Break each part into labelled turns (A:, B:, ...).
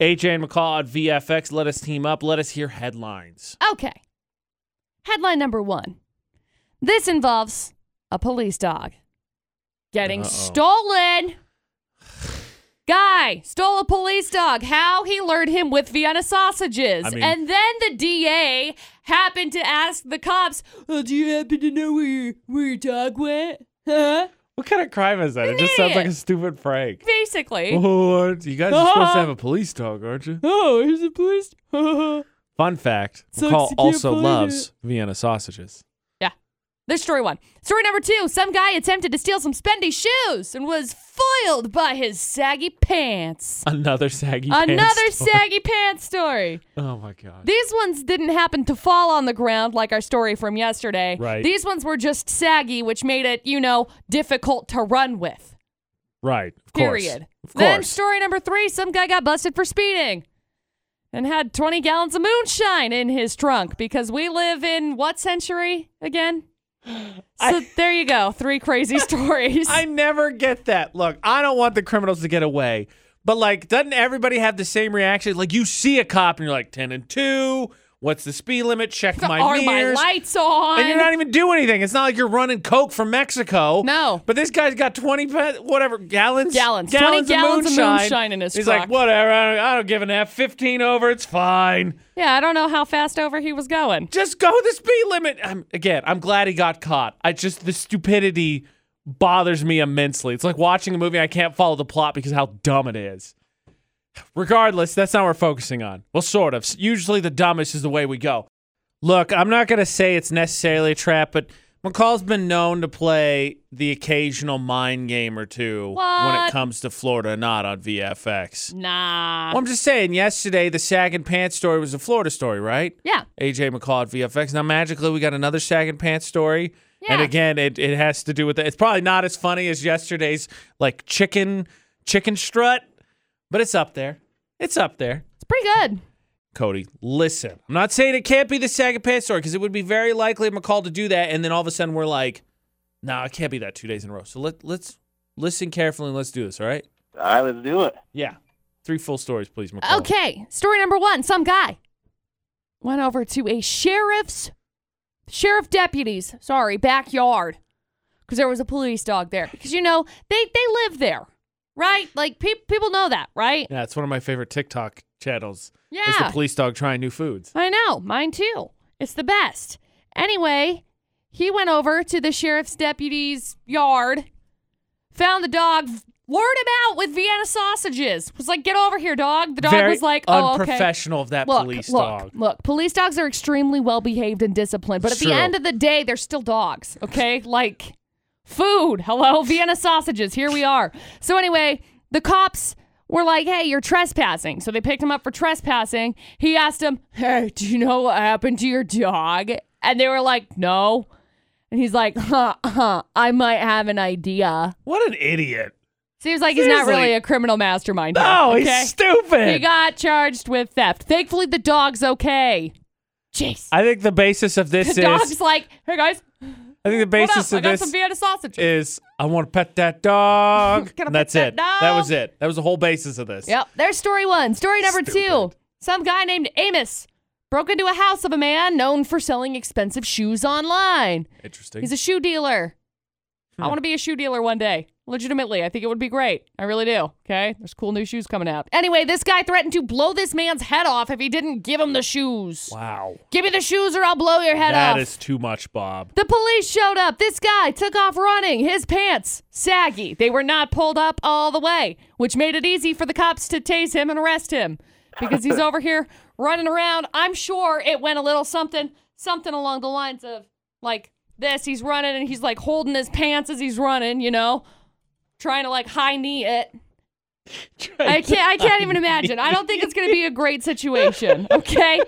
A: AJ and McCall at VFX. Let us team up. Let us hear headlines.
B: Okay. Headline number one This involves a police dog getting
A: Uh-oh.
B: stolen. Guy stole a police dog. How he lured him with Vienna sausages.
A: I mean-
B: and then the DA happened to ask the cops, oh, Do you happen to know where your, where your dog went? Huh?
A: What kind of crime is that? It just sounds like a stupid prank.
B: Basically.
A: Oh, you guys are supposed to have a police dog, aren't you?
B: Oh, here's the police. There's
A: Fun fact:
B: Sucks
A: McCall
B: to be a
A: also
B: player.
A: loves Vienna sausages.
B: story one. Story number two. Some guy attempted to steal some spendy shoes and was foiled by his saggy pants.
A: Another saggy.
B: Another
A: pants story.
B: saggy pants story.
A: Oh my god.
B: These ones didn't happen to fall on the ground like our story from yesterday.
A: Right.
B: These ones were just saggy, which made it, you know, difficult to run with.
A: right. Of course.
B: Period.
A: Of
B: Then
A: course.
B: story number three, some guy got busted for speeding and had 20 gallons of moonshine in his trunk because we live in what century again? So there you go. Three crazy stories.
A: I never get that. Look, I don't want the criminals to get away. But like, doesn't everybody have the same reaction? Like, you see a cop and you're like, ten and two. What's the speed limit? Check my
B: Are
A: mirrors.
B: my lights on?
A: and you're not e even doing anything. It's not like you're running coke from Mexico.
B: No.
A: But this guy's got 20, pe- whatever, gallons?
B: Gallons. 20 gallons of moonshine in his
A: He's like,
B: truck.
A: whatever, I don't, I don't give an F. 15 over, it's fine.
B: yeah, I don't know how fast over he was going.
A: Just go the speed limit. I'm, again, I'm glad he got caught. I just, the stupidity bothers me immensely. It's like watching a movie, I can't follow the plot because how dumb it is. Regardless, that's not what we're focusing on. Well, sort of. Usually the dumbest is the way we go. Look, I'm not going to say it's necessarily a trap, but McCall's been known to play the occasional mind game or two when it
B: What?
A: comes to Florida not on VFX.
B: Nah.
A: Well, I'm just saying, yesterday the sag and pants story was a Florida story, right?
B: yeah.
A: AJ McCall at VFX. Now, magically, we got another sag and pants story. And
B: Yeah.
A: again, it, it has to do with it. It's probably not as funny as yesterday's like chicken chicken strut, but it's up there. It's up there.
B: It's pretty good.
A: Cody, listen. I'm not saying it can't be the sag and pants story because it would be very likely McCall to do that, and then all of a sudden we're like, "No, nah, it can't be that two days in a row." So let let's listen carefully and let's do this. All right?
C: All right, let's do it.
A: Yeah. Three full stories, please, McCall.
B: Okay, story number one. Some guy went over to a sheriff's sheriff deputy's sorry backyard because there was a police dog there. Because you know they they live there, right? Like pe- people know that, right?
A: Yeah, it's one of my favorite TikTok channels. It's the
B: Yeah.
A: police dog trying new foods.
B: I know, mine too. It's the best. Anyway, he went over to the sheriff's deputy's yard, found the dog, lured him out with Vienna sausages. Was like, "Get over here, dog." The dog
A: Very
B: was like, "Oh, okay."
A: unprofessional of that police
B: look,
A: dog.
B: Look, police dogs are extremely well behaved and disciplined, but
A: It's
B: at
A: true.
B: the end of the day, they're still dogs, okay? like food. Hello, Vienna sausages. Here we are. So, anyway, the cops were like, hey, you're trespassing. So they picked him up for trespassing. He asked him, hey, do you know what happened to your dog? And they were like, no. And he's like, huh, huh, I might have an idea.
A: What an idiot.
B: Seems like he's not
A: Seriously.
B: really a criminal mastermind. here,
A: Oh,
B: okay?
A: he's stupid.
B: He got charged with theft. Thankfully, the dog's okay. Jeez.
A: I think the basis of this
B: The
A: is
B: dog's like, hey guys,
A: I think the
B: what
A: basis
B: up? I
A: of
B: got
A: this
B: some Vienna sausage.
A: is I want to pet that dog.
B: Gonna
A: and that's
B: pet
A: it.
B: that
A: That
B: dog.
A: was it. That was the whole basis of this.
B: Yep, there's story one. Story number two.
A: Stupid.
B: Some guy named Amos broke into a house of a man known for selling expensive shoes online.
A: Interesting.
B: He's a shoe dealer. I
A: Hmm.
B: want to be a shoe dealer one day. Legitimately, I think it would be great. I really do. Okay? There's cool new shoes coming out. Anyway, this guy threatened to blow this man's head off if he didn't give him the shoes.
A: wow.
B: Give me the shoes or I'll blow your head off.
A: That is too much, Bob.
B: The police showed up. This guy took off running. His pants saggy. They were not pulled up all the way, which made it easy for the cops to tase him and arrest him because he's over here running around. I'm sure it went a little something something along the lines of like this. He's running and he's like holding his pants as he's running, you know, trying to like high knee it. I can't I can't even imagine. I don't think it's going to be a great situation, okay?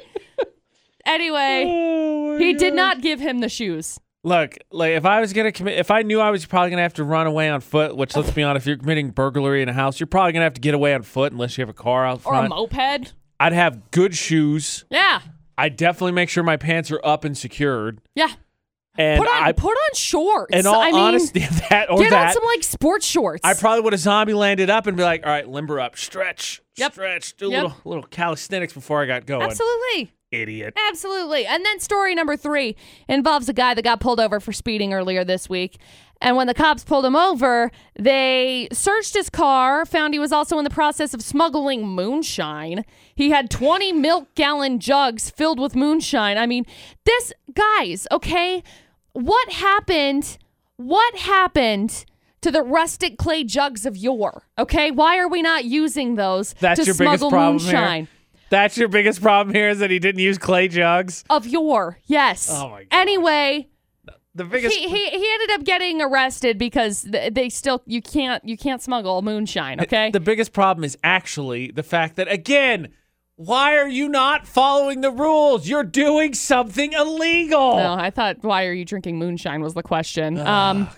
B: Anyway,
A: Oh my
B: he did
A: God.
B: not give him the shoes.
A: Look, like if I was gonna commit, if I knew I was probably gonna have to run away on foot, which let's be honest, if you're committing burglary in a house, you're probably gonna have to get away on foot unless you have a car out
B: or a
A: front.
B: moped.
A: I'd have good shoes.
B: Yeah,
A: I definitely make sure my pants are up and secured.
B: yeah.
A: And
B: Put on
A: I,
B: put on shorts.
A: in all
B: I mean,
A: honesty, that or
B: get
A: that,
B: on some like sports shorts.
A: I probably would have zombie landed up and be like, all right, limber up, stretch,
B: Yep.
A: stretch, do a
B: Yep.
A: little, little calisthenics before I got going.
B: Absolutely.
A: Idiot.
B: Absolutely. And then story number three involves a guy that got pulled over for speeding earlier this week. And when the cops pulled him over, they searched his car, found he was also in the process of smuggling moonshine. He had 20 milk gallon jugs filled with moonshine. I mean, this, guys, okay? What happened? What happened? To the rustic clay jugs of yore, okay? Why are we not using those
A: That's
B: to
A: your biggest
B: smuggle
A: problem here?
B: moonshine?
A: That's your biggest problem here is that he didn't use clay jugs.
B: of yore. Yes.
A: Oh my God.
B: Anyway,
A: The
B: he,
A: biggest.
B: he he ended up getting arrested because th- they still you can't you can't smuggle moonshine. Okay.
A: The biggest problem is actually the fact that again, why are you not following the rules? You're doing something illegal.
B: no, I thought why are you drinking moonshine was the question.
A: Oh,
B: um,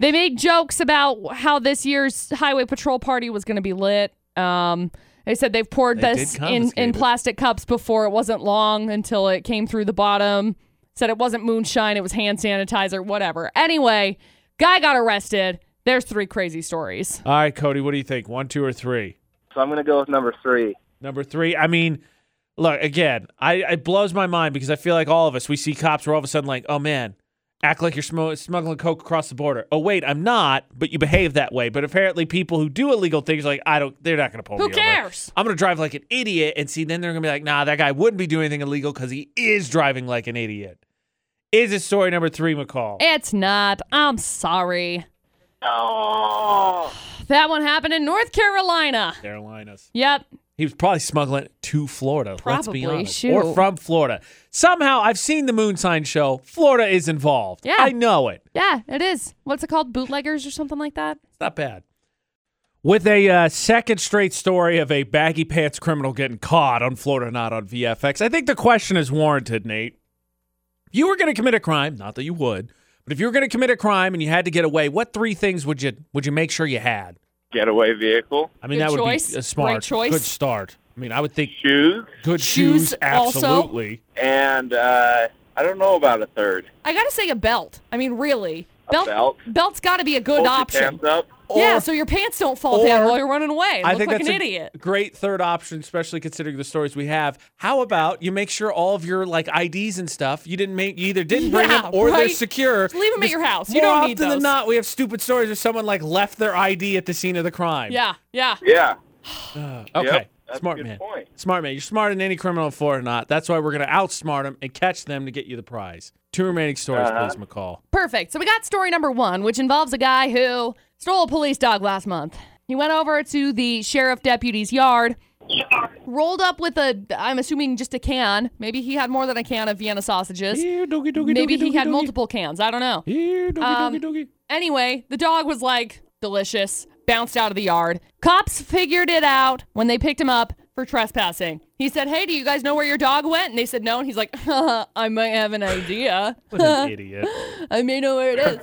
B: they made jokes about how this year's highway patrol party was going to be lit. Um. They said they've poured
A: They
B: this
A: did
B: in,
A: confiscate
B: in
A: it.
B: plastic cups before. It wasn't long until it came through the bottom. Said it wasn't moonshine, it was hand sanitizer, whatever. Anyway, guy got arrested. There's three crazy stories.
A: All right, Cody, what do you think? One, two, or three?
C: So I'm going to go with number three.
A: Number three. I mean, look again. I it blows my mind because I feel like all of us we see cops. We're all of a sudden like, oh man, act like you're smo- smuggling coke across the border. Oh wait, I'm not. But you behave that way. But apparently, people who do illegal things are like I don't. They're not going to pull
B: Who
A: me over.
B: cares?
A: I'm gonna drive like an idiot, and see, then they're gonna be like, nah, that guy wouldn't be doing anything illegal because he is driving like an idiot. Is it story number three, McCall?
B: It's not. I'm sorry.
C: Oh.
B: That one happened in North Carolina.
A: Carolinas.
B: Yep.
A: He was probably smuggling it to Florida. let's be
B: Probably,
A: honest.
B: shoot.
A: Or from Florida. Somehow, I've seen the Moonshine Show. Florida is involved.
B: Yeah.
A: I know it.
B: Yeah, it is. What's it called? Bootleggers or something like that?
A: It's not bad. With a uh, second straight story of a baggy pants criminal getting caught on Florida Not on VFX, I think the question is warranted, Nate. If you were going to commit a crime, not that you would, but if you were going to commit a crime and you had to get away, what three things would you would you make sure you had?
C: Getaway vehicle,
A: I mean,
B: Good
A: that would
B: choice.
A: be a smart,
B: Great choice.
A: good start. I mean, I would think
C: shoes,
A: good
B: Shoes
A: shoes,
B: also.
A: absolutely.
C: and uh, I don't know about a third.
B: I gotta say a belt. I mean, really, belt.
C: belt?
B: Belt's gotta be a good
C: Hold your
B: option.
C: pants up.
B: yeah,
A: Or-
B: so your pants don't fall
A: or-
B: down while you're running away. and
A: I
B: look
A: think
B: like
A: that's
B: an
A: a
B: idiot.
A: great third option, especially considering the stories we have. How about you make sure all of your like IDs and stuff you didn't make, you either didn't bring
B: Yeah,
A: them or they're
B: right.
A: secure.
B: Just leave 'em at
A: Because
B: your house.
A: More
B: You don't
A: often
B: need
A: than
B: those.
A: not, we have stupid stories where someone like left their ID at the scene of the crime.
B: Yeah, yeah.
C: Yeah.
A: Okay.
C: Yep, that's a
A: smart
C: good
A: man.
C: point.
A: Smart man. You're smarter than any criminal for or not. That's why we're gonna outsmart them and catch them to get you the prize. Two remaining stories,
C: Uh-huh.
A: please, McCall.
B: Perfect. So we got story number one, which involves a guy who stole a police dog last month. He went over to the sheriff deputy's yard, rolled up with a, I'm assuming just a can. Maybe he had more than a can of Vienna sausages.
A: Here, doogie, doogie,
B: Maybe
A: doogie,
B: he
A: doogie,
B: had
A: doogie.
B: multiple cans. I don't know.
A: Here, doogie,
B: Um,
A: doogie, doogie.
B: Anyway, the dog was like, delicious, bounced out of the yard. Cops figured it out when they picked him up for trespassing. He said, Hey, do you guys know where your dog went? And they said, No. And he's like, I might have an idea.
A: What an idiot.
B: I may know where it is.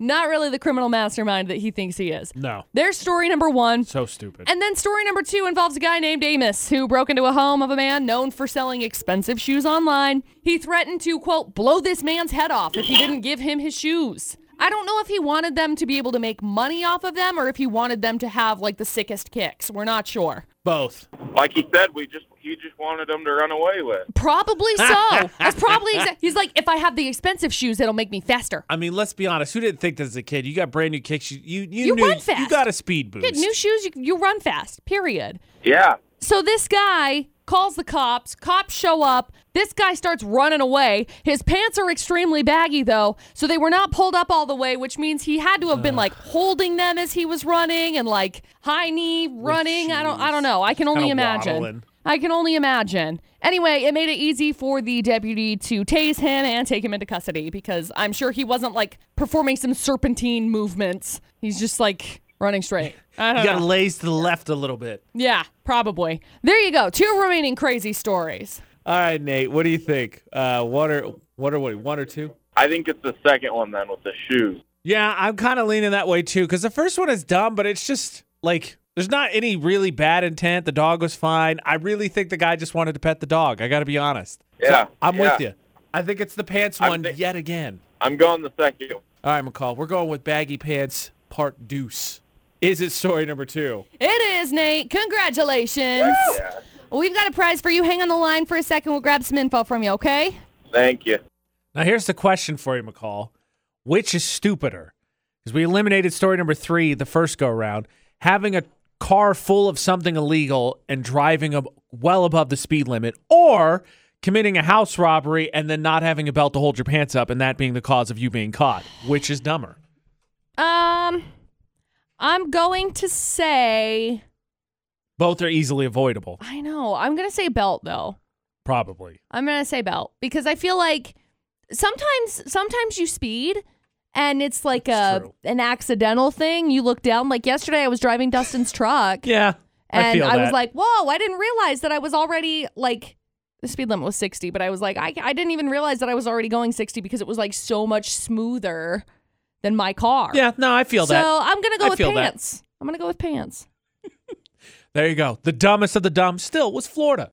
B: Not really the criminal mastermind that he thinks he is.
A: No.
B: There's story number one.
A: So stupid.
B: And then story number two involves a guy named Amos who broke into a home of a man known for selling expensive shoes online. He threatened to, quote, blow this man's head off if he didn't give him his shoes. I don't know if he wanted them to be able to make money off of them or if he wanted them to have like the sickest kicks. We're not sure.
A: Both.
C: Like he said, we just he just wanted them to run away with.
B: Probably so. That's probably exa- he's like, if I have the expensive shoes, it'll make me faster.
A: I mean, let's be honest. Who didn't think this as a kid? You got brand new kicks. You you you,
B: You
A: knew,
B: run fast.
A: You got a speed boost.
B: Get new shoes, you, you run fast. Period.
C: Yeah.
B: So this guy calls the cops. Cops show up. This guy starts running away. His pants are extremely baggy, though, so they were not pulled up all the way, which means he had to have been like holding them as he was running and like high knee running. I don't, I don't know. I can only
A: Kinda
B: imagine.
A: waddling.
B: I can only imagine. Anyway, it made it easy for the deputy to tase him and take him into custody because I'm sure he wasn't like performing some serpentine movements. He's just like running straight. I don't
A: you got
B: know.
A: to laze to the left a little bit.
B: Yeah, probably. There you go. Two remaining crazy stories.
A: All right, Nate. What do you think? Uh, one or what or what? One or two?
C: I think it's the second one then with the shoes.
A: Yeah, I'm kind of leaning that way too because the first one is dumb, but it's just like there's not any really bad intent. The dog was fine. I really think the guy just wanted to pet the dog. I got to be honest.
C: Yeah.
A: I'm
C: yeah.
A: with you. I think it's the pants
C: I'm
A: one
C: thi-
A: yet again.
C: I'm gone the second.
A: All right, McCall, we're going with baggy pants part deuce. Is it story number two?
B: It is, Nate. Congratulations.
C: Yeah.
B: We've got a prize for you. Hang on the line for a second. We'll grab some info from you, okay?
C: Thank you.
A: Now, here's the question for you, McCall. Which is stupider? Because we eliminated story number three the first go round. Having a car full of something illegal and driving ab- well above the speed limit, or committing a house robbery and then not having a belt to hold your pants up and that being the cause of you being caught. Which is dumber?
B: Um, I'm going to say,
A: Both are easily avoidable,
B: I know, I'm going to say belt, though.
A: probably.
B: I'm gonna say belt because I feel like sometimes sometimes you speed and it's like
A: That's
B: a
A: true.
B: an accidental thing. You look down. Like yesterday, I was driving Dustin's truck
A: Yeah. I
B: and
A: feel
B: I, was
A: that.
B: like, "Whoa!" I didn't realize that I was already like the speed limit was 60, but I was like, I I didn't even realize that I was already going 60 because it was like so much smoother than my car.
A: yeah, no, I feel
B: So
A: that.
B: I'm gonna go
A: I
B: with
A: feel that.
B: pants. I'm gonna go with pants.
A: There you go. The dumbest of the dumb still was Florida.